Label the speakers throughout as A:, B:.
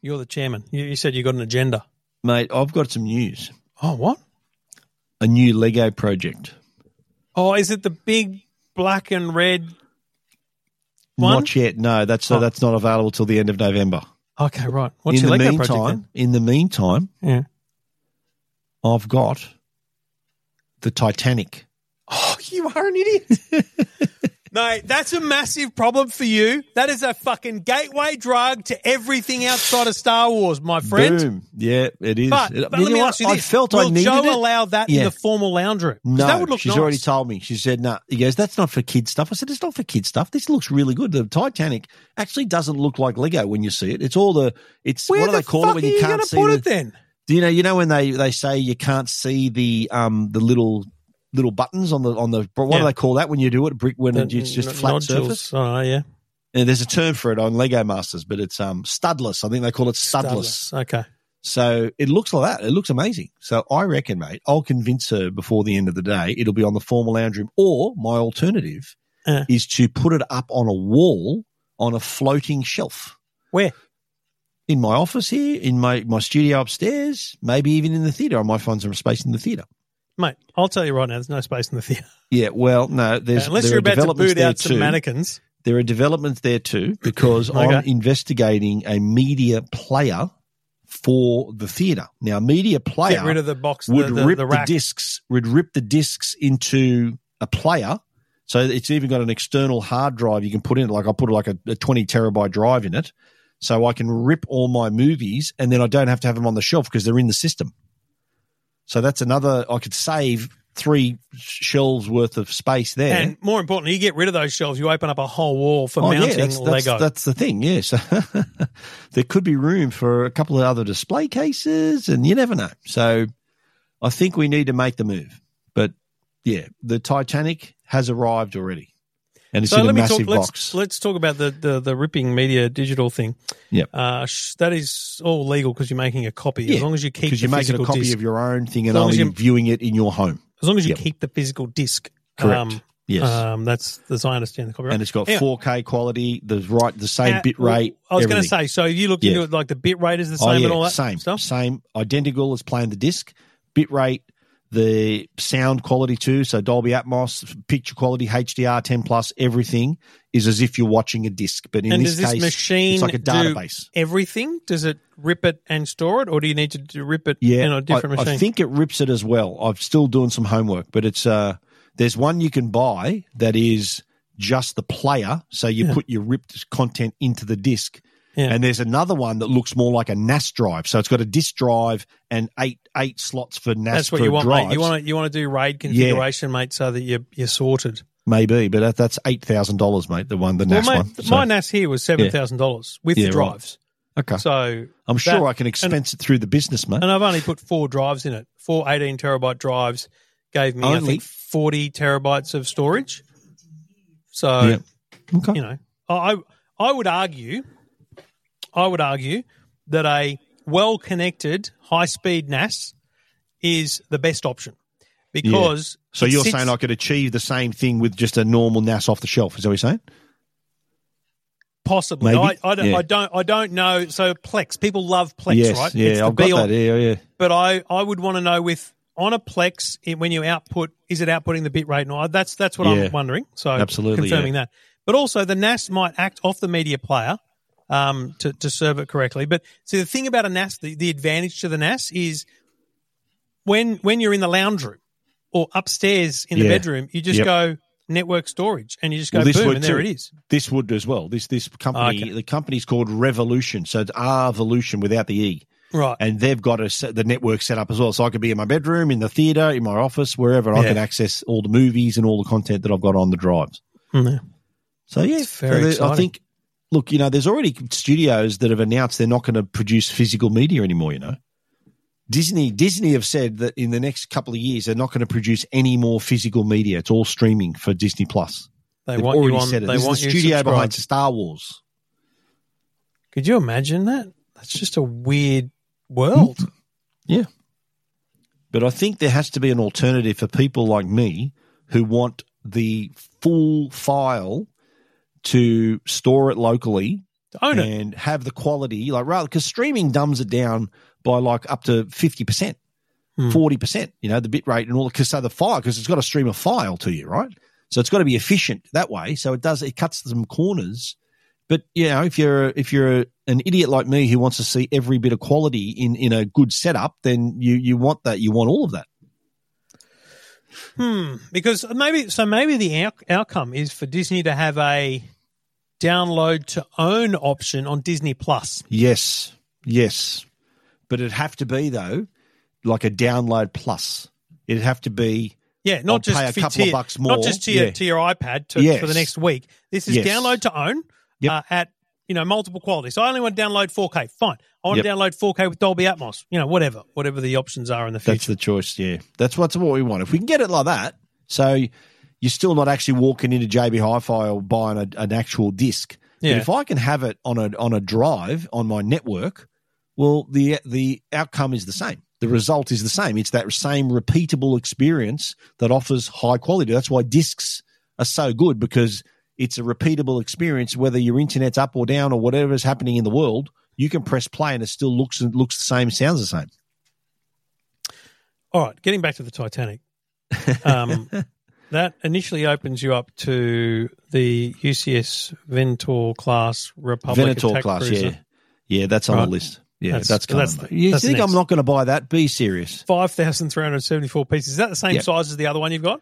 A: You're the chairman. You, you said you got an agenda.
B: Mate, I've got some news.
A: Oh, what?
B: A new Lego project.
A: Oh, is it the big black and red one?
B: Not yet. No, that's
A: Oh.
B: that's not available till the end of November.
A: Okay, right. What's
B: in
A: your
B: the
A: Lego
B: meantime,
A: project
B: in the meantime,
A: then? Yeah.
B: I've got the Titanic.
A: Oh, you are an idiot. no, that's a massive problem for you. That is a fucking gateway drug to everything outside of Star Wars, my friend.
B: Boom. Yeah, it is.
A: But,
B: It-
A: but
B: you
A: let
B: know
A: me
B: what?
A: ask you
B: I
A: this.
B: felt
A: Will
B: I needed
A: Joe
B: it.
A: allow that in
B: Yeah.
A: the formal lounge room? 'Cause
B: No,
A: that would look
B: she's
A: nice.
B: already told me. She said, "No." He goes, "That's not for kid stuff." I said, "It's not for kid stuff. This looks really good. The Titanic actually doesn't look like Lego when you see it. It's all the it's
A: Where
B: what do
A: the
B: they call
A: fuck
B: it when
A: are
B: you
A: you
B: can't
A: going to
B: see
A: put
B: the,
A: it then?
B: Do you know you know when they they say you can't see the um the little little buttons on the on the but what do
A: Yeah.
B: they call that when you do it brick when it's just
A: N-
B: flat
A: Uh, nodules.
B: surface?
A: Oh, yeah.
B: And there's a term for it on Lego Masters, but it's um studless. I think they call it studless.
A: Studless. Okay.
B: So it looks like that. It looks amazing. So I reckon, mate, I'll convince her before the end of the day. It'll be on the formal lounge room, or my alternative
A: Uh.
B: is to put it up on a wall on a floating shelf
A: Where?
B: in my office here, in my my studio upstairs, maybe even in the theater. I might find some space in the theater.
A: Mate, I'll tell you right now, there's no space in the theatre.
B: Yeah, well, no, there's
A: Uh, Unless
B: there
A: you're
B: are
A: about to
B: developments
A: boot
B: there
A: out some
B: too.
A: mannequins.
B: There are developments there too because I'm
A: Okay.
B: investigating a media player for the theater. Now, a media player
A: Get rid of the box,
B: would
A: the, the,
B: rip
A: the
B: the,
A: rack.
B: discs would rip the discs into a player so it's even got an external hard drive you can put in like i put like a, a 20 terabyte drive in it so i can rip all my movies and then i don't have to have them on the shelf because they're in the system so that's another i could save three shelves worth of space there
A: And more importantly, you get rid of those shelves, you open up a whole wall for mounting
B: Oh, that's, that's-
A: Lego.
B: that's the thing. Yes, there could be room for a couple of other display cases, and you never know. So, I think we need to make the move. But yeah, the Titanic has arrived already, and it's
A: so
B: in a
A: let me
B: massive
A: talk. Let's,
B: box.
A: let's talk about the, the, the ripping media digital thing.
B: Yep.
A: Uh, sh- that is all legal because you're making a copy. As
B: Yeah,
A: long as you keep the
B: Because you're making
A: physical
B: a copy
A: disc.
B: of your own thing
A: As
B: and
A: long as
B: only
A: you-
B: viewing it in your home.
A: as long as you
B: Yep.
A: keep the physical disc.
B: Correct.
A: Um,
B: Yes,
A: um, that's as I understand the copyright.
B: and it's got
A: Anyway.
B: 4K quality, the right, the same
A: Uh,
B: bit rate.
A: I was going to
B: everything.
A: say. So you looked
B: Yeah.
A: into it like the bit rate is the same
B: oh, yeah,
A: and all that
B: same,
A: stuff.
B: same, identical as playing the disc, bit rate, the sound quality too. So Dolby Atmos, picture quality, HDR, 10 plus, everything is as if you're watching a disc. But in
A: and
B: this,
A: does this
B: case,
A: machine
B: it's like a
A: do
B: database.
A: everything? Does it rip it and store it, or do you need to do- rip it
B: Yeah,
A: in a different
B: I,
A: machine?
B: I think it rips it as well. I'm still doing some homework, but it's uh, there's one you can buy that is just the player, so you
A: Yeah.
B: put your ripped content into the disc.
A: Yeah.
B: And there's another one that looks more like a NAS drive, so it's got a disk drive and eight eight slots for NAS.
A: that's what
B: for
A: you want,
B: drives.
A: mate. You want to you want to do raid configuration, mate, so that you're you're sorted.
B: maybe, but that, that's eight thousand dollars, mate. The one, the NAS
A: well, mate,
B: one. So-
A: my NAS here was seven thousand dollars with
B: Yeah,
A: the
B: right.
A: drives.
B: okay,
A: So
B: I'm sure
A: that-
B: I can expense it through the business, mate.
A: and I've only put four drives in it. Four 18 terabyte drives gave me I
B: Only?
A: think forty terabytes of storage. So
B: Yeah. Okay,
A: you know, I I would argue, I would argue that a well-connected high-speed NAS is the best option because.
B: so
A: it
B: you're
A: sits-
B: saying I could achieve the same thing with just a normal NAS off the shelf? Is that what you're saying?
A: possibly?
B: maybe?
A: I, I don't,
B: Yeah.
A: I don't, I don't know. So Plex, people love Plex,
B: yes,
A: right? It's
B: yeah,
A: the
B: I've got
A: be-all-
B: that. Yeah, yeah.
A: But I, I would want to know with on a Plex it, when you output, is it outputting the bit rate? And all- that's that's what
B: Yeah.
A: I'm wondering. So
B: Absolutely,
A: confirming that. But also the NAS might act off the media player um, to to serve it correctly. But see the thing about a NAS, the, the advantage to the NAS is when when you're in the lounge room or upstairs in the
B: Yeah.
A: bedroom, you just
B: Yep.
A: go network storage and you just go
B: Well, this
A: boom
B: would
A: and there
B: too.
A: it is.
B: This would as well. This this company,
A: Okay.
B: the company's called Revolution, so it's Revolution without the e,
A: Right.
B: and they've got a, set- the network set up as well. So I could be in my bedroom, in the theater, in my office, wherever, and I
A: Yeah.
B: can access all the movies and all the content that I've got on the drives.
A: Mm, yeah.
B: So yeah,
A: It's very
B: so there- I
A: exciting.
B: think. Look, you know, there's already studios that have announced they're not going to produce physical media anymore. You know, Disney Disney have said that in the next couple of years they're not going to produce any more physical media. It's all streaming for Disney Plus.
A: They
B: They've
A: want
B: already
A: you on.
B: said it.
A: They
B: this
A: want
B: is the
A: you
B: studio
A: subscribed.
B: behind Star Wars.
A: Could you imagine that? That's just a weird world.
B: Hmm. But I think there has to be an alternative for people like me who want the full file to store it locally
A: to own it.
B: and have the quality, like rather because streaming dumbs it down by like up to fifty percent,
A: Hmm.
B: forty percent. You know the bit rate and all because so the file because it's got to stream a file to you, right? So it's got to be efficient that way. So it does it cuts some corners. But you know if you're if you're an idiot like me who wants to see every bit of quality in in a good setup, then you you want that you want all of that.
A: Hmm. Because maybe so maybe the out- outcome is for Disney to have a download to own option on Disney Plus.
B: Yes, yes, but it'd have to be though like a download plus. It'd have to be
A: Yeah, not
B: I'll
A: just
B: pay a
A: for
B: couple
A: to
B: of
A: your-
B: bucks
A: Not
B: more.
A: just to your
B: Yeah.
A: to your iPad to,
B: Yes.
A: for the next week. This is
B: Yes.
A: download to own
B: Yep.
A: uh, at you know multiple qualities. So I only want to download 4K. Fine, I want to
B: Yep.
A: download 4K with Dolby Atmos. You know, whatever, whatever the options are in the
B: That's
A: future.
B: the choice. Yeah, that's what's what we want. If we can get it like that, so you're still not actually walking into JB Hi-Fi or buying a, an actual disc.
A: Yeah.
B: But if I can have it on a on a drive on my network, well, the the outcome is the same. The result is the same. It's that same repeatable experience that offers high quality. That's why discs are so good because it's a repeatable experience. Whether your internet's up or down or whatever is happening in the world, you can press play and it still looks looks the same, sounds the same.
A: All right, getting back to the Titanic. Um, that initially opens you up to the UCS Ventor class Republic
B: Venator
A: attack
B: class,
A: cruiser.
B: yeah. Yeah, that's on
A: Right.
B: the list. Yeah,
A: That's-
B: that's, coming.
A: that's-
B: you
A: that's
B: think
A: next.
B: I'm not going to buy that? Be serious.
A: 5,374 pieces. Is that the same
B: Yep.
A: size as the other one you've got?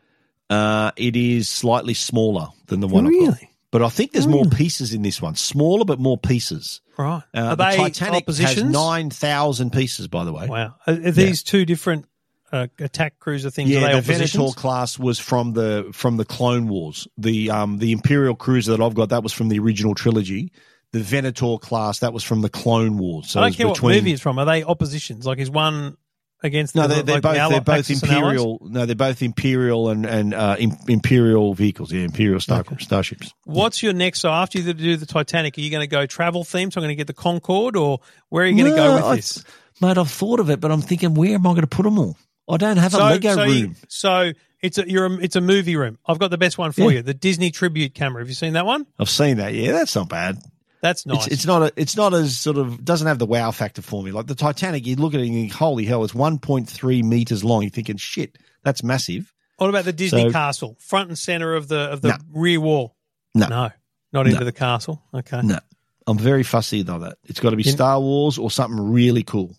B: Uh, it is slightly smaller than the one I've got.
A: Really?
B: But I think there's more pieces in this one. Smaller, but more pieces.
A: Right.
B: Uh,
A: Are
B: the
A: they
B: Titanic has
A: oppositions?
B: 9,000 pieces, by the way.
A: Wow. Are, are these two different uh, attack cruiser things? are
B: Yeah,
A: they
B: the
A: oppositions?
B: Venator class was from the from the Clone Wars. The um the Imperial cruiser that I've got that was from the original trilogy. The Venator class that was from the Clone Wars. So
A: I
B: it
A: don't
B: was
A: care what
B: between,
A: movie it's from. Are they oppositions? Like, is one against
B: No,
A: the
B: they're, they're
A: like,
B: both
A: ally-
B: they're both
A: Axis and allies?
B: imperial. No, they're both imperial and and uh, im- imperial vehicles. Yeah, imperial star, starships.
A: What's your next? So after you do the Titanic, are you going to go travel theme? So I'm going to get the Concorde, or where are you going to
B: No,
A: go with
B: I-
A: this?
B: Mate, I've thought of it, but I'm thinking, where am I going to put them all? I don't have
A: so, so, you- so it's a you're a, it's a movie room. I've got the best one for
B: Yeah.
A: you, the Disney tribute camera. Have you seen that one?
B: I've seen that. Yeah, that's not bad.
A: That's nice.
B: It's, it's not a, it's not as sort of doesn't have the wow factor for me. Like the Titanic, you look at it and you think, holy hell, it's 1.3 meters long. You're thinking, shit, that's massive.
A: what about the Disney
B: so-
A: castle, front and center of the of the
B: No.
A: rear wall?
B: No.
A: not
B: No.
A: into the castle. Okay.
B: No, I'm very fussy about that. It's got to be
A: You-
B: Star Wars or something really cool.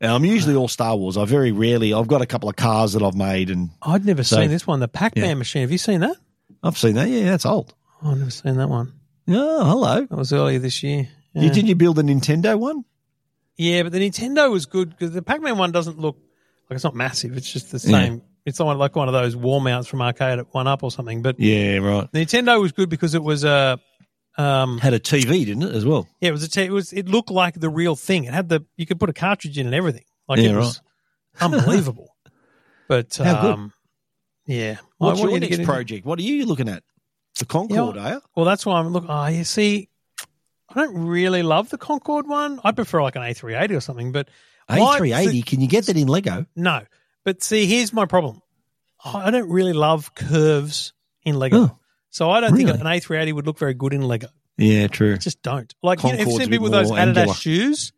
B: Now, I'm usually all Star Wars. I very rarely. I've got a couple of cars that I've made, and
A: I'd never
B: So-
A: seen this one, the Pac Man
B: Yeah.
A: machine. Have you seen that?
B: I've seen that. Yeah, that's old.
A: Oh, I've never seen that one.
B: Oh, hello.
A: That was earlier this year. Yeah,
B: You, didn't you build a Nintendo one?
A: yeah but the Nintendo was good because the Pac Man one doesn't look like it's not massive. It's just the
B: Yeah.
A: same. It's not like one of those wall mounts from arcade at one up or something. But
B: Yeah, right.
A: Nintendo was good because it was a. Um,
B: Had a TV, didn't it, as well?
A: yeah, it was a. T- it was. It looked like the real thing. It had the. You could put a cartridge in and everything. Like
B: Yeah,
A: it was unbelievable. But
B: How good.
A: um, yeah. I
B: What's
A: want
B: your
A: you to
B: next
A: get into-
B: project? What are you looking at? The Concorde, are you?
A: Well, that's why I'm look. Oh, you see, I don't really love the Concorde one. I prefer like an A380 or something. But my-
B: A380, can you get that in Lego?
A: no. But see, here's my problem. I I don't really love curves in Lego,
B: Oh.
A: so I don't
B: Really?
A: think an A380 would look very good in Lego.
B: Yeah, true.
A: I just don't like. You know, have you
B: Concorde's
A: seen
B: a
A: people with
B: bit
A: those
B: more
A: Adidas
B: angular.
A: shoes?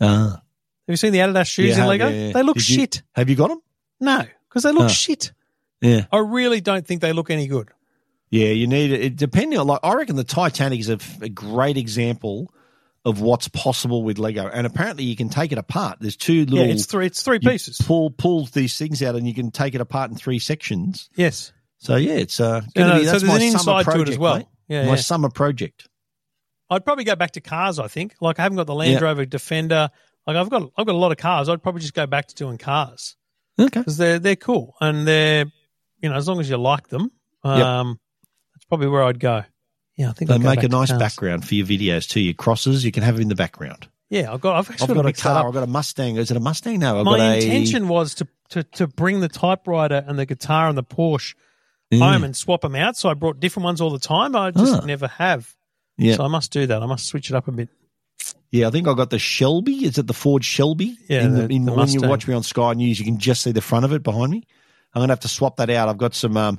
B: Ah.
A: Have you seen the Adidas shoes
B: Yeah,
A: in
B: have,
A: Lego?
B: yeah, yeah.
A: They look
B: Did you-
A: shit.
B: Have you got them?
A: No, because they look
B: Ah.
A: shit.
B: Yeah.
A: I really don't think they look any good.
B: Yeah, you need it. Depending on, like, I reckon the Titanic is a, f- a great example of what's possible with Lego. And apparently, you can take it apart. There's two
A: Yeah,
B: little
A: it's three. It's three
B: you
A: pieces.
B: pull pull these things out, and you can take it apart in three sections.
A: Yes.
B: So yeah, it's uh,
A: No,
B: gonna
A: no,
B: be-
A: so there's
B: that's my
A: an
B: summer
A: inside to
B: project,
A: it as well.
B: mate.
A: Yeah,
B: my
A: yeah.
B: summer project.
A: I'd probably go back to cars. I think. Like I haven't got the Land
B: Yeah.
A: Rover Defender. Like I've got I've got a lot of cars. I'd probably just go back to doing cars
B: Okay.
A: because they're they're cool and they're you know as long as you like them.
B: Yep.
A: Um, that's probably where I'd go. Yeah, I think
B: They
A: I'd go
B: make a
A: to
B: nice
A: cars.
B: background for your videos too. Your crosses, you can have them in the background.
A: Yeah, I've got I've actually
B: I've got a
A: mixed that
B: car.
A: up.
B: I've got a Mustang. Is it a Mustang? No, I've
A: My
B: got
A: intention was to, to to bring the typewriter and the guitar and the Porsche
B: a Yeah.
A: home and swap them out. So I brought different ones all the time. I just
B: Mm. Ah.
A: never have.
B: Yeah,
A: So I must do that. I must switch it up a bit.
B: yeah. I think I got the Shelby. Is it the Ford Shelby?
A: Yeah,
B: In the,
A: the-
B: in,
A: the
B: when you
A: Mustang.
B: watch me on Sky News, you can just see the front of it behind me. I'm gonna have to swap that out. I've got some. Um,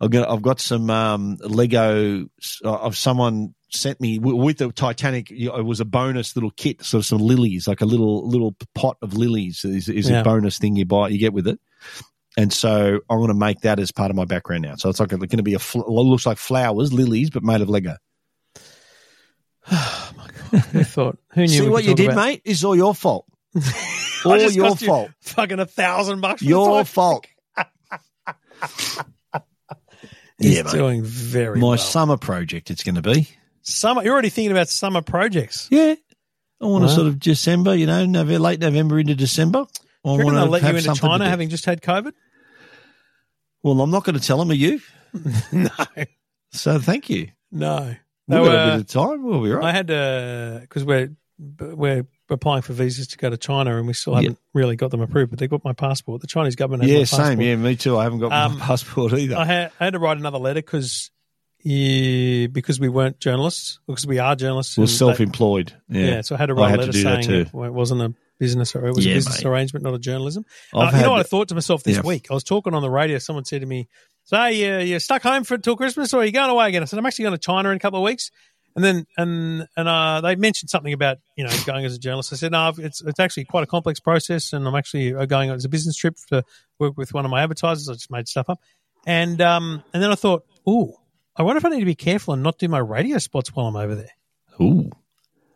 B: I've got I've got some um, Lego s- uh, of someone sent me w- with the Titanic. you know, It was a bonus little kit, sort of some lilies, like a little little pot of lilies is, is
A: Yeah.
B: a bonus thing you buy, you get with it. And so I'm going to make that as part of my background now. So it's like going to be a fl- looks like flowers, lilies, but made of Lego.
A: Who thought? Who knew?
B: See
A: we could
B: what you
A: talk
B: did,
A: about-
B: mate? It's all your fault.
A: I
B: all
A: just
B: your
A: cost you
B: fault.
A: Fucking a thousand bucks. for the
B: Your
A: time.
B: fault.
A: He's
B: yeah, mate.
A: doing very
B: My
A: well.
B: summer project. It's going to be.
A: summer. You're already thinking about summer projects.
B: Yeah, I want to
A: Wow.
B: sort of December. You know, November, late November into December. I
A: Do you reckon
B: wanna
A: they'll let you
B: have
A: into
B: something to
A: China
B: do.
A: having just had COVID?
B: Well, I'm not going to tell them. Are you?
A: no,
B: So thank you.
A: no. They
B: We've got a
A: were-
B: bit of time. We'll be right.
A: uh, I had because we're we're applying for visas to go to China, and we still haven't really got them approved. But they got my passport. The Chinese government has my
B: yeah,
A: passport.
B: same. Yeah, me too. I haven't got
A: Um,
B: my passport either.
A: I had, I had to write another letter because yeah, because we weren't journalists because we are journalists.
B: We're
A: and they-
B: self-employed.
A: yeah.
B: Yeah,
A: so I had to
B: I
A: write
B: had
A: a letter
B: to do that
A: saying it
B: too.
A: well, it wasn't a business or it was a
B: Yeah,
A: business
B: mate.
A: arrangement, not a journalism. Uh,
B: I've
A: you
B: had
A: know what I thought to myself this
B: Yeah.
A: week? I was talking on the radio. Someone said to me, "So hey, you you stuck home for till Christmas, or are you going away again?" I said, "I'm actually going to China in a couple of weeks." And then and and uh, they mentioned something about you know going as a journalist. I said, "No, it's it's actually quite a complex process, and I'm actually uh, going as a business trip to work with one of my advertisers. I just made stuff up." And um and then I thought, "Ooh, I wonder if I need to be careful and not do my radio spots while I'm over there."
B: ooh,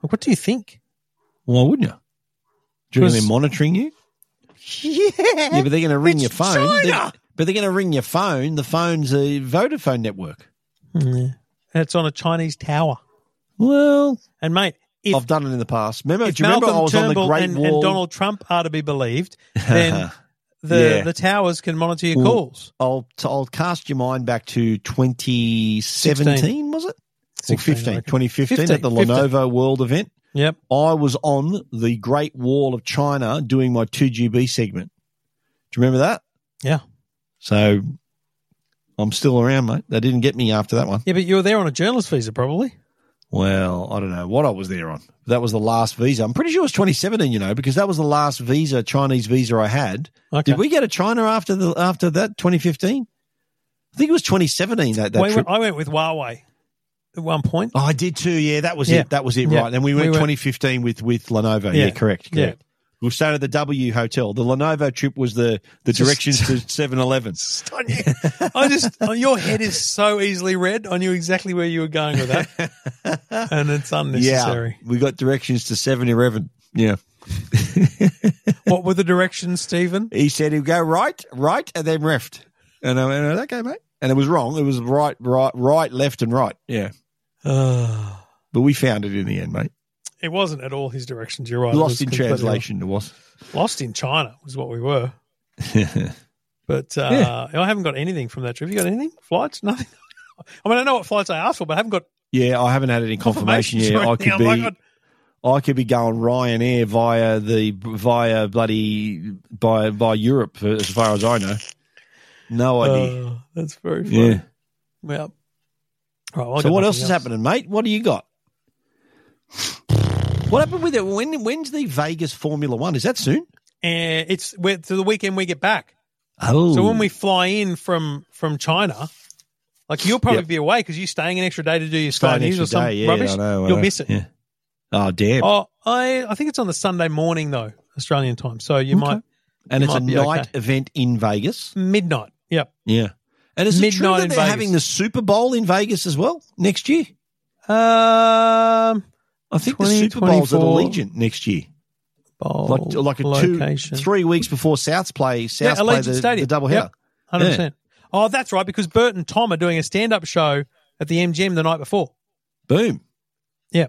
A: Like, what do you think?
B: why wouldn't you? Do you
A: Because-
B: think they're monitoring you? Yeah, but they're going to ring your phone. They-
A: China!
B: but they're going to ring your phone. The phone's a Vodafone network.
A: Hmm, Yeah. And it's on a Chinese tower.
B: Well,
A: And mate, if
B: I've done it in the past. Remember?
A: if
B: Do you remember I
A: Malcolm
B: was on
A: Turnbull
B: the Great
A: and,
B: Wall?
A: and Donald Trump are to be believed, then the
B: Yeah.
A: the towers can monitor your
B: Well,
A: calls.
B: I'll t- I'll cast your mind back to 2017, was it? Or
A: 16, I
B: 15,
A: reckon.
B: 2015 at the
A: 15.
B: Lenovo World event.
A: Yep.
B: I was on the Great Wall of China doing my 2GB segment. Do you remember that?
A: Yeah.
B: So I'm still around, mate. They didn't get me after that one.
A: Yeah, but you were there on a journalist visa, probably.
B: Well, I don't know what I was there on. That was the last visa. I'm pretty sure it was 2017, you know, because that was the last visa, Chinese visa I had.
A: Okay.
B: Did we go to China after the after that 2015? I think it was 2017 that, that
A: Well, I
B: trip.
A: went- I went with Huawei at one point.
B: Oh, I did too. Yeah, that was
A: Yeah.
B: it. That was it.
A: Yeah.
B: Right. Then we
A: We
B: went
A: went-
B: 2015 with with Lenovo. Yeah,
A: Yeah.
B: correct.
A: Yeah.
B: Correct. We stayed at the W Hotel. The Lenovo trip was the the
A: Just-
B: directions to 7-Eleven.
A: I just uh, your head is so easily read. I knew exactly where you were going with that, and it's
B: yeah,
A: unnecessary.
B: we got directions to 7-Eleven. Yeah,
A: What were the directions, Stephen?
B: he said he'd go right, right, and then left. And I went, okay, mate. And it was wrong. It was right, right, right, left, and right. Yeah,
A: Uh,
B: but we found it in the end, mate.
A: it wasn't at all his directions. You're right. It was
B: Lost in
A: completely wrong.
B: translation. It was.
A: Lost in China was what we were. But uh, I haven't got anything from that trip. You got anything? Flights? Nothing. I mean, I know what flights I asked for, but I haven't got
B: yeah, I haven't had any confirmation
A: confirmation.
B: yet. I could be.
A: I'm like,
B: I could be going Ryanair via the via bloody by by Europe as far as I know. No idea.
A: uh, that's very funny.
B: yeah.
A: Yeah. All right, well, I
B: So
A: got
B: what
A: nothing
B: else is happening, mate? What do you got? What happened with it? When when's the Vegas Formula One? Is that soon?
A: And Uh, it's we're, to the weekend we get back.
B: Oh,
A: So when we fly in from from China, like you'll probably
B: Yep.
A: be away because you're staying an extra day to do your
B: Stay
A: Sky
B: an
A: News
B: extra
A: or some
B: day, yeah,
A: rubbish.
B: I know, I
A: you'll
B: know.
A: miss it.
B: Yeah. oh damn!
A: Oh, I I think it's on the Sunday morning though, Australian time. So you
B: Okay.
A: might
B: and it's a
A: might be
B: night
A: okay.
B: event in Vegas.
A: midnight. Yep.
B: Yeah, and is it true
A: Midnight
B: that
A: in
B: they're
A: Vegas.
B: having the Super Bowl in Vegas as well next year?
A: Um,
B: I think the
A: 20,
B: Super Bowl's at
A: 24.
B: Allegiant next year. like
A: bowl
B: like a
A: Oh, location.
B: two three weeks before Souths play
A: Yeah,
B: South play
A: Allegiant
B: the,
A: Stadium.
B: the doubleheader.
A: Yep, hundred percent. Oh, that's right, because Bert and Tom are doing a stand-up show at the MGM the night before.
B: Boom!
A: They're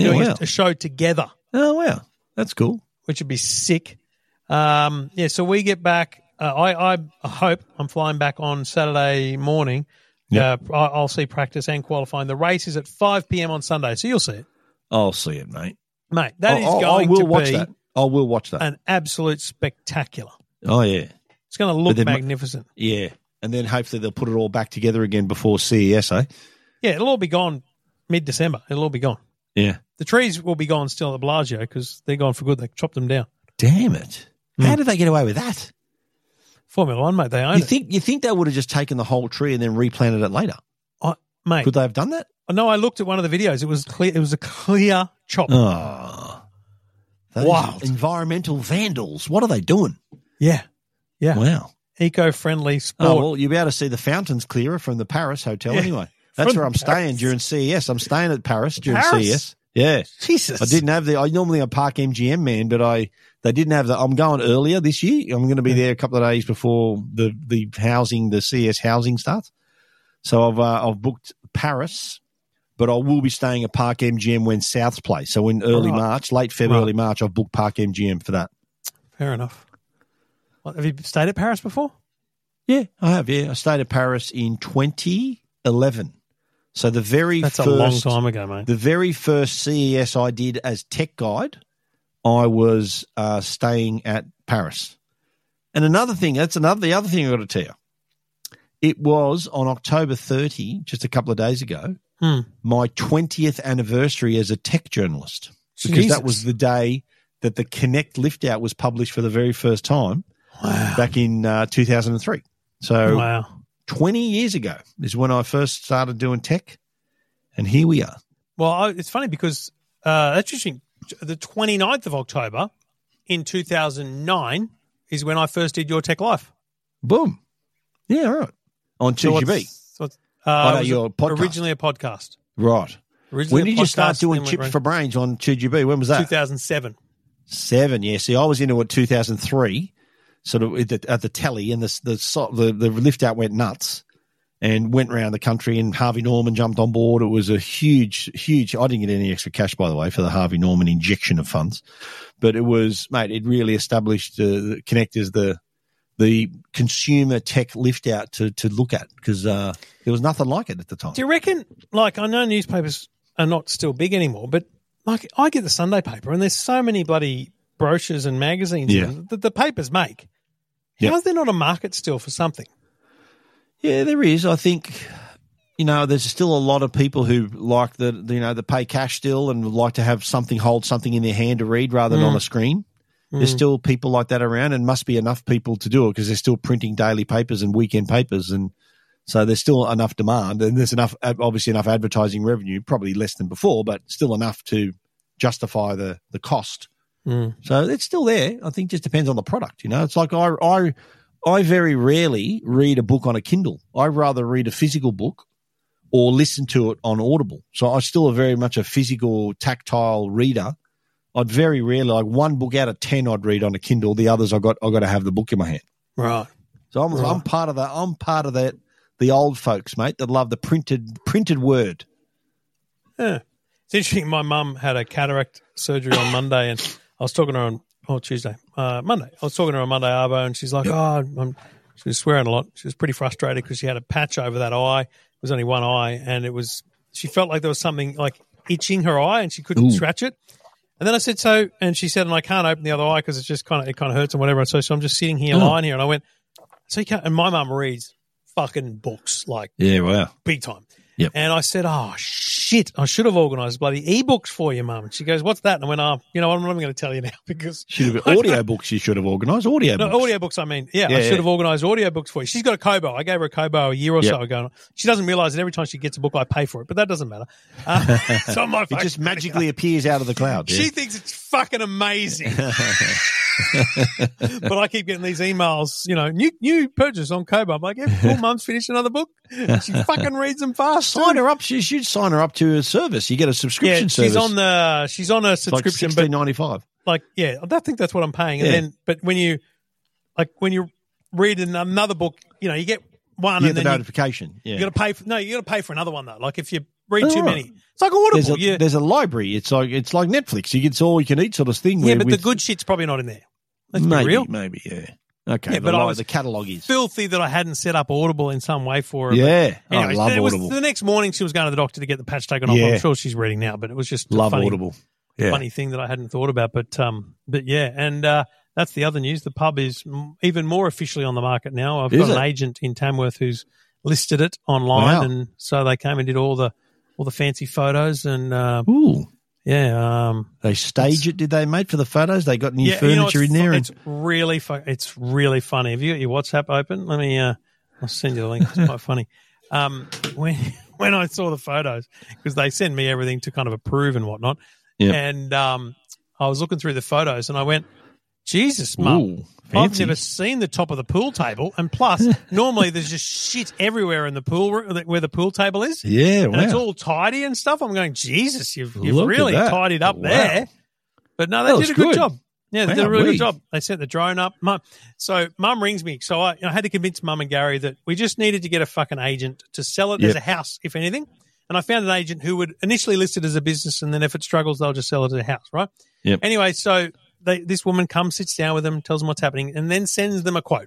B: Yeah,
A: doing a-
B: wow.
A: a, show together,
B: Oh wow, that's cool.
A: which would be sick. Um, yeah, so we get back. Uh, I, I hope I'm flying back on Saturday morning.
B: Yeah.
A: Uh, I- I'll see practice and qualifying. The race is at 5 p.m. on Sunday, so you'll see it,
B: I'll see it, mate.
A: mate. That
B: I-
A: is
B: I, I
A: going
B: will
A: to
B: watch
A: be
B: that. I will watch that.
A: an absolute spectacular.
B: oh yeah,
A: It's going to look
B: they mu-
A: magnificent.
B: yeah. And then hopefully they'll put it all back together again before CES, eh?
A: Yeah, it'll all be gone mid-December. It'll all be gone.
B: Yeah.
A: The trees will be gone still at Bellagio because they're gone for good. They chopped them down.
B: Damn it!
A: Hmm.
B: How did they get away with that?
A: Formula One, mate. They own
B: You
A: it.
B: think you think they would have just taken the whole tree and then replanted it later?
A: I, mate.
B: Could they have done that?
A: No, I looked at one of the videos. It was clear. It was a clear chop.
B: Oh, those
A: Wild.
B: environmental vandals. What are they doing?
A: Yeah, yeah.
B: Wow.
A: Eco-friendly sport.
B: Oh, well, you'll be able to see the fountains clearer from the Paris hotel
A: Yeah.
B: anyway. That's
A: From
B: where I'm staying
A: Paris.
B: during CES. I'm staying at Paris during
A: Paris?
B: CES. Yeah.
A: Jesus,
B: I didn't have the. I normally I park MGM man, but I they didn't have the. I'm going earlier this year. I'm going to be there a couple of days before the the housing, the CS housing starts. So I've uh, I've booked Paris, but I will be staying at Park MGM when Souths play. So in early
A: Right.
B: March, late Feb,
A: Right.
B: early March, I've booked Park MGM for that.
A: Fair enough. What, have you stayed at Paris before?
B: Yeah, I have. Yeah, I stayed at Paris in 2011. So the very
A: That's
B: first
A: a long time ago, mate.
B: The very first CES I did as tech guide, I was uh, staying at Paris. And another thing, that's another the other thing I got to tell you. It was on October 30, just a couple of days ago,
A: Hmm.
B: my 20th anniversary as a tech journalist because
A: Jesus.
B: that was the day that the Connect lift out was published for the very first time
A: wow.
B: back in uh, 2003. So
A: wow.
B: 20 years ago is when I first started doing tech. And here we are.
A: Well, I, it's funny because uh, that's interesting. The 29th of October in 2009 is when I first did Your Tech Life.
B: Boom. Yeah, all right. On
A: So
B: Tuesday,
A: what's- so what's- uh,
B: I know
A: it was
B: your podcast.
A: Originally a podcast.
B: right.
A: Originally
B: When
A: a
B: did you
A: podcast,
B: start doing
A: then went
B: chips
A: round-
B: for brains on 2GB? When was that?
A: 2007.
B: Seven. Yeah. See, I was into it 2003, sort of at the, at the telly, and the, the so- the the lift out went nuts and went round the country. And Harvey Norman jumped on board. It was a huge, huge. I didn't get any extra cash, by the way, for the Harvey Norman injection of funds, but it was mate. It really established uh, Connect as the the consumer tech lift out to to look at because uh, there was nothing like it at the time.
A: Do you reckon, like, I know newspapers are not still big anymore, but like, I get the Sunday paper and there's so many bloody brochures and magazines
B: Yeah.
A: that the papers make.
B: Yeah.
A: How is there not a market still for something?
B: Yeah, there is. I think you know there's still a lot of people who like the the, you know the pay cash still and would like to have something hold something in their hand to read rather than
A: Mm.
B: on a screen. There's
A: Mm.
B: still people like that around, and must be enough people to do it because they're still printing daily papers and weekend papers, and so there's still enough demand, and there's enough obviously enough advertising revenue, probably less than before, but still enough to justify the the cost.
A: Mm.
B: So it's still there. I think it just depends on the product. You know, it's like I I I very rarely read a book on a Kindle. I rather read a physical book or listen to it on Audible. So I'm still a very much a physical, tactile reader. I'd very rarely like one book out of ten I'd read on a Kindle. The others I got I got to have the book in my hand.
A: Right.
B: So I'm I'm
A: Right.
B: part of that. I'm part of that. The old folks, mate, that love the printed printed word.
A: Yeah. It's interesting. My mum had a cataract surgery on Monday, and I was talking to her on oh Tuesday, uh, Monday. I was talking to her on Monday, Arvo, and she's like, "Oh, I'm, she was swearing a lot. She was pretty frustrated because she had a patch over that eye. It was only one eye, and it was she felt like there was something like itching her eye, and she couldn't
B: Ooh.
A: scratch it. And then I said, "So," and she said, "And I can't open the other eye because it's just kind of it kind of hurts and whatever." And so, so I'm just sitting here
B: Oh.
A: lying here, and I went, "So you can't." And my mum reads fucking books like
B: Yeah, wow.
A: big time.
B: Yep.
A: And I said, oh, shit, I should have organised bloody ebooks for you, mum. And she goes, what's that? And I went, oh, you know, what, I'm not even going to tell you now because
B: Should have been audio books. You should have organised audio.
A: no,
B: books.
A: audiobooks, I mean. Yeah,
B: Yeah,
A: I should
B: yeah.
A: have organised audiobooks for you. She's got a Kobo. I gave her a Kobo a year or
B: Yep.
A: so ago. She doesn't realise that every time she gets a book, I pay for it, but that doesn't matter. Uh, it's on my
B: It
A: phone.
B: just magically appears out of the cloud. yeah.
A: She thinks it's fucking amazing. but I keep getting these emails, you know, new new purchase on Kobo. I'm like, yeah, cool, mum's finished another book. She fucking reads them fast. too.
B: sign her up. She should sign her up to a service. You get a subscription
A: yeah,
B: service.
A: she's on the she's on a
B: It's like
A: subscription,
B: sixteen
A: but
B: ninety five.
A: like yeah, I don't think that's what I'm paying. And
B: Yeah.
A: then, but when you like when you read in another book, you know, you get one,
B: You get
A: and
B: the
A: then you,
B: notification. yeah,
A: you got to pay. For, no, you got to pay for another one though. Like if you read
B: Oh,
A: too
B: right.
A: many, it's like Audible.
B: there's a
A: yeah,
B: there's a library. It's like it's like Netflix. You get it's all you can eat sort of thing.
A: yeah,
B: where
A: but the
B: with-
A: good shit's probably not in there. Let's
B: maybe,
A: be real.
B: maybe yeah. Okay,
A: Yeah,
B: the
A: but I
B: li-
A: was-
B: the catalog is
A: Filthy that I hadn't set up Audible in some way for her. but
B: yeah. Oh,
A: Anyway,
B: I love
A: it was
B: Audible.
A: the next morning she was going to the doctor to get the patch taken off.
B: Yeah.
A: I'm sure she's reading now, but it was just a
B: love
A: funny,
B: Audible. Yeah,
A: funny thing that I hadn't thought about. But um, but yeah, and uh, that's the other news. The pub is m- even more officially on the market now. I've
B: Is
A: got an
B: it?
A: agent in Tamworth who's listed it online,
B: Wow.
A: and so they came and did all the all the fancy photos and uh,
B: Ooh,
A: yeah, um,
B: they stage it. Did they mate for the photos? They got new
A: yeah. you know,
B: furniture
A: it's
B: in
A: fu-
B: there.
A: It's really fu- it's really funny. Have you got your WhatsApp open? Let me. Uh, I'll send you the link. It's quite funny. Um, when when I saw the photos because they send me everything to kind of approve and whatnot.
B: Yeah.
A: And um, I was looking through the photos and I went, Jesus, mum,
B: Ooh,
A: I've
B: fancy.
A: never seen the top of the pool table. And plus, normally there's just shit everywhere in the pool ro- where the pool table is.
B: yeah,
A: And it's
B: wow.
A: all tidy and stuff. I'm going, Jesus, you've, you've
B: Look at
A: really
B: that.
A: tidied up
B: Wow.
A: there. But no,
B: That
A: they
B: was
A: did a good,
B: good.
A: job. Yeah, they did a
B: Wow,
A: really good
B: wee.
A: job. They sent the drone up. Mum, so mum rings me. So I, I had to convince mum and Gary that we just needed to get a fucking agent to sell it as
B: Yep.
A: a house, if anything. And I found an agent who would initially list it as a business, and then if it struggles, they'll just sell it as a house, right?
B: Yep.
A: Anyway, so they, this woman comes, sits down with them, tells them what's happening, and then sends them a quote.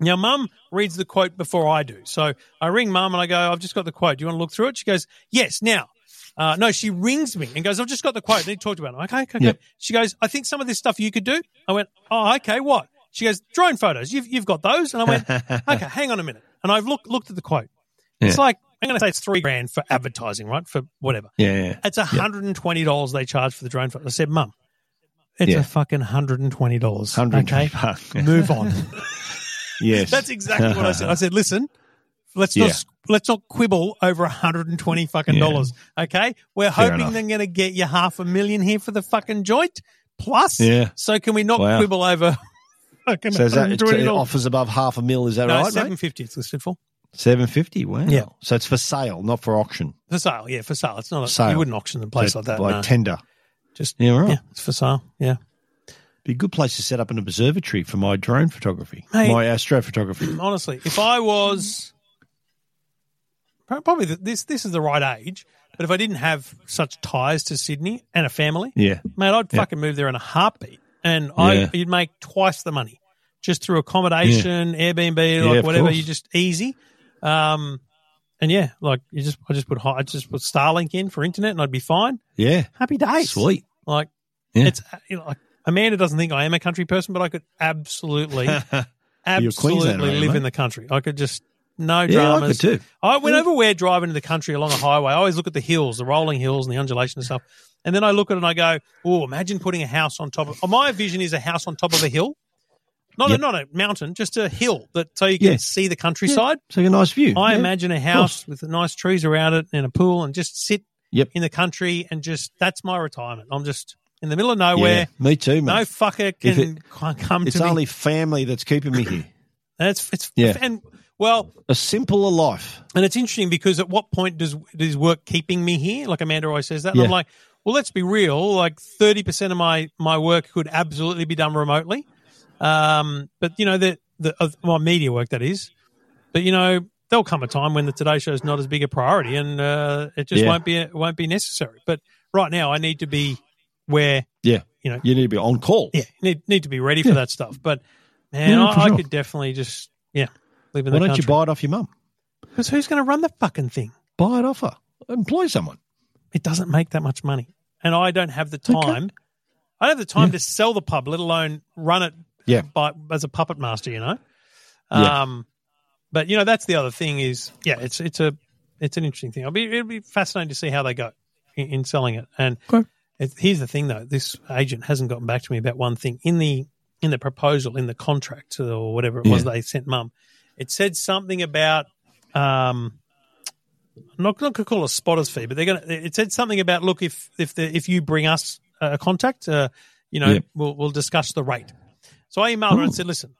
A: Now, mum reads the quote before I do. So I ring mum and I go, I've just got the quote. Do you want to look through it? She goes, Yes, now. Uh, no, she rings me and goes, I've just got the quote. I need to talk to you about it. I'm like, okay, okay,
B: Yeah.
A: okay. She goes, I think some of this stuff you could do. I went, Oh, okay, what? She goes, Drone photos. You've, you've got those? And I went, Okay, hang on a minute. And I've looked, looked at the quote. It's like, I'm going to say it's three grand for advertising, right? For whatever.
B: yeah,
A: It's $120 they charge for the drone photo. I said, Mum, it's
B: Yeah.
A: a fucking $120.
B: hundred
A: Okay, move on.
B: yes,
A: That's exactly what I said. I said, listen, let's
B: Yeah.
A: not let's not quibble over 120 fucking
B: Yeah.
A: dollars. Okay, we're
B: Fair
A: hoping
B: enough.
A: they're going to get you half a million here for the fucking joint plus.
B: Yeah.
A: So can we not
B: Wow.
A: quibble over fucking
B: So is that it's,
A: $120?
B: it offers above half a mil? Is that
A: no,
B: right, mate?
A: 750 it's listed for
B: Seven fifty. Wow.
A: Yeah.
B: So it's for sale, not for auction.
A: for sale. Yeah, for sale. It's not. A, You
B: Sale.
A: wouldn't auction a place
B: So
A: like that.
B: by
A: no.
B: tender.
A: Just
B: Yeah, right.
A: yeah, it's for sale. Yeah.
B: Be a good place to set up an observatory for my drone photography,
A: Mate.
B: my astrophotography.
A: honestly, if I was probably th- this this is the right age, but if I didn't have such ties to Sydney and a family,
B: Yeah.
A: man, I'd
B: Yeah.
A: fucking move there in a heartbeat, and I
B: Yeah.
A: you'd make twice the money just through accommodation, Airbnb,
B: Yeah,
A: like
B: of
A: whatever.
B: course.
A: You just easy, um, and yeah, like you just I just put hi- I just put Starlink in for internet, and I'd be fine.
B: Yeah.
A: Happy days,
B: Sweet.
A: Like
B: Yeah.
A: it's you know, like Amanda doesn't think I am a country person, but I could absolutely
B: You're a Queenslander,
A: absolutely
B: aren't you,
A: live
B: mate?
A: in the country. I could just no
B: yeah, I could
A: dramas.
B: too.
A: I, whenever we're driving in the country along a highway, I always look at the hills, the rolling hills and the undulation and stuff. And then I look at it and I go, "Oh, imagine putting a house on top of." oh, My vision is a house on top of a hill, not
B: Yep.
A: a, not a mountain, just a hill that so you can
B: Yeah.
A: see the countryside.
B: So you get a nice view.
A: I
B: Yeah.
A: imagine a house with nice trees around it and a pool, and just sit
B: Yep.
A: in the country and just that's my retirement. I'm just in the middle of
B: Yeah.
A: nowhere.
B: Me too, mate.
A: No fucker
B: If
A: can come
B: it's
A: to
B: only
A: me.
B: family that's keeping me here.
A: That's it's
B: Yeah.
A: and well,
B: A simpler life.
A: And it's interesting because at what point does does work keeping me here? Like Amanda always says that, and I'm
B: Yeah.
A: like, well, let's be real. Like thirty percent of my my work could absolutely be done remotely, um, but you know the the of my media work that is. But you know there'll come a time when the Today Show is not as big a priority, and uh, it just
B: Yeah.
A: won't be it won't be necessary. But right now, I need to be where
B: Yeah.
A: you know
B: You need to be on call.
A: yeah need need to be ready for that stuff. But man,
B: Yeah, for
A: I, I
B: sure.
A: could definitely just yeah live in
B: Why
A: the
B: don't you
A: country
B: buy it off your mum?
A: because who's going to run the fucking thing?
B: Buy it off her. Employ someone.
A: it doesn't make that much money. And I don't have the
B: Okay.
A: time. I don't have the time to sell the pub, let alone run it
B: Yeah.
A: by, as a puppet master, you know?
B: Yeah.
A: Um, but you know, that's the other thing is, yeah, it's, it's a, it's an interesting thing. It'll be, it'll be fascinating to see how they go in, in selling it. And
B: Okay.
A: it, here's the thing though, this agent hasn't gotten back to me about one thing in the, in the proposal, in the contract or whatever it was they sent mum, it said something about, um, I'm not going to call a spotter's fee, but they're going to. It said something about look if if the, if you bring us a contact, uh, you know,
B: Yeah.
A: we'll we'll discuss the rate. So I emailed her and said, listen,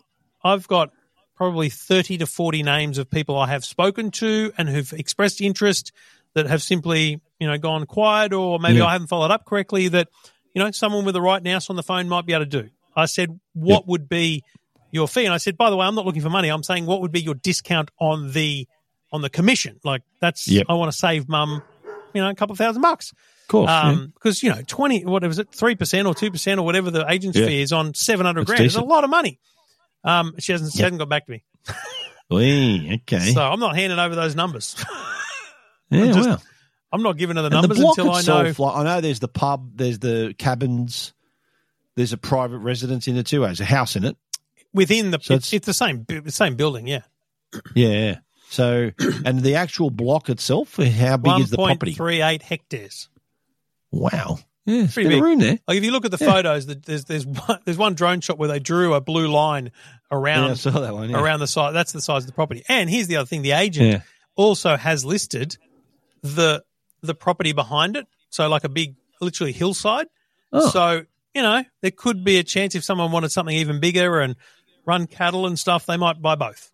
A: I've got probably thirty to forty names of people I have spoken to and who've expressed interest that have simply you know gone quiet or maybe
B: Yeah.
A: I haven't followed up correctly. That you know someone with the right nous on the phone might be able to do. I said, what would be your fee? And I said, by the way, I'm not looking for money. I'm saying what would be your discount on the on the commission? Like that's
B: Yep.
A: I want to save mum, you know, a couple thousand bucks.
B: Of course. yeah.
A: Um, because you know, twenty what was it, three percent or two percent or whatever the agent's
B: Yeah.
A: fee is on seven hundred
B: That's
A: grand is a
B: decent.
A: lot of money. Um, she hasn't she
B: Yeah.
A: hasn't got back to me,
B: Wee, okay.
A: so I'm not handing over those numbers.
B: yeah,
A: just-
B: wow.
A: I'm not giving her the
B: And
A: numbers
B: the block
A: until I know.
B: itself, like, I know there's the pub, there's the cabins, there's a private residence in it too. There's a house in it.
A: within the
B: So
A: it's,
B: it's-
A: it's the same bu- the same building, yeah.
B: Yeah. yeah. So, and the actual block itself, how big
A: One
B: is the
A: point
B: property?
A: three eight hectares.
B: Wow. Yeah, it's
A: Pretty
B: a bit of
A: big.
B: room there.
A: Like if you look at the
B: Yeah.
A: photos, the- there's there's one, there's one drone shot where they drew a blue line
B: Yeah, I
A: around
B: saw that one. Yeah.
A: around the size. That's the size of the property. And here's the other thing: the agent
B: yeah.
A: also has listed the the property behind it, so like a big, literally hillside.
B: Oh.
A: So you know there could be a chance if someone wanted something even bigger and run cattle and stuff, they might buy both.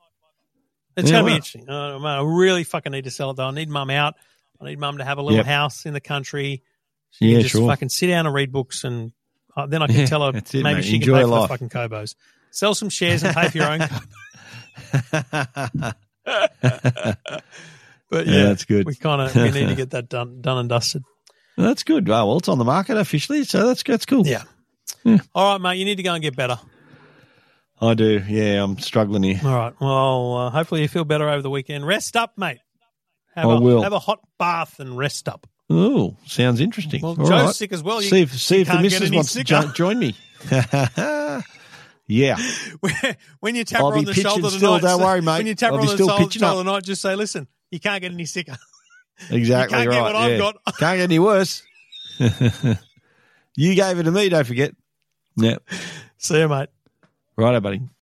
A: It's
B: Yeah,
A: going to
B: wow.
A: be interesting. Uh, man, I really fucking need to sell it though. I need mum out. I need mum to have a little
B: Yep.
A: house in the country. She
B: Yeah,
A: can just
B: sure.
A: fucking sit down and read books, and uh, then I can
B: Yeah,
A: tell her
B: that's it,
A: maybe
B: mate.
A: she
B: Enjoy
A: can pay for the
B: life.
A: fucking Cobos. Sell some shares and pay for your own. But
B: Yeah,
A: yeah,
B: that's good.
A: We kind of we need to get that done done and dusted.
B: that's good. Oh, well, it's on the market officially, so that's that's cool.
A: Yeah.
B: Yeah.
A: All right, mate. You need to go and get better.
B: I do. Yeah, I'm struggling here.
A: All right. Well, uh, hopefully you feel better over the weekend. Rest up, mate. Have
B: I
A: a,
B: will.
A: Have a hot bath and rest up.
B: Oh, sounds interesting.
A: Well,
B: All
A: Joe's
B: right.
A: sick as well. You-
B: see if see if the
A: can't get
B: missus
A: any
B: wants to
A: sicker.
B: jo- join me. yeah,
A: when you tap
B: I'll
A: her on
B: be
A: the
B: pitching
A: shoulder
B: still,
A: tonight,
B: don't worry, mate.
A: When you tap
B: I'll
A: her
B: be
A: on the
B: still
A: shoulder,
B: pitching up.
A: shoulder tonight, just say, "Listen, you can't get any sicker.
B: exactly
A: you can't
B: right.
A: get what I've
B: yeah.
A: got."
B: Can't get any worse. you gave it to me. Don't forget. Yeah.
A: See you, mate.
B: Righto, buddy.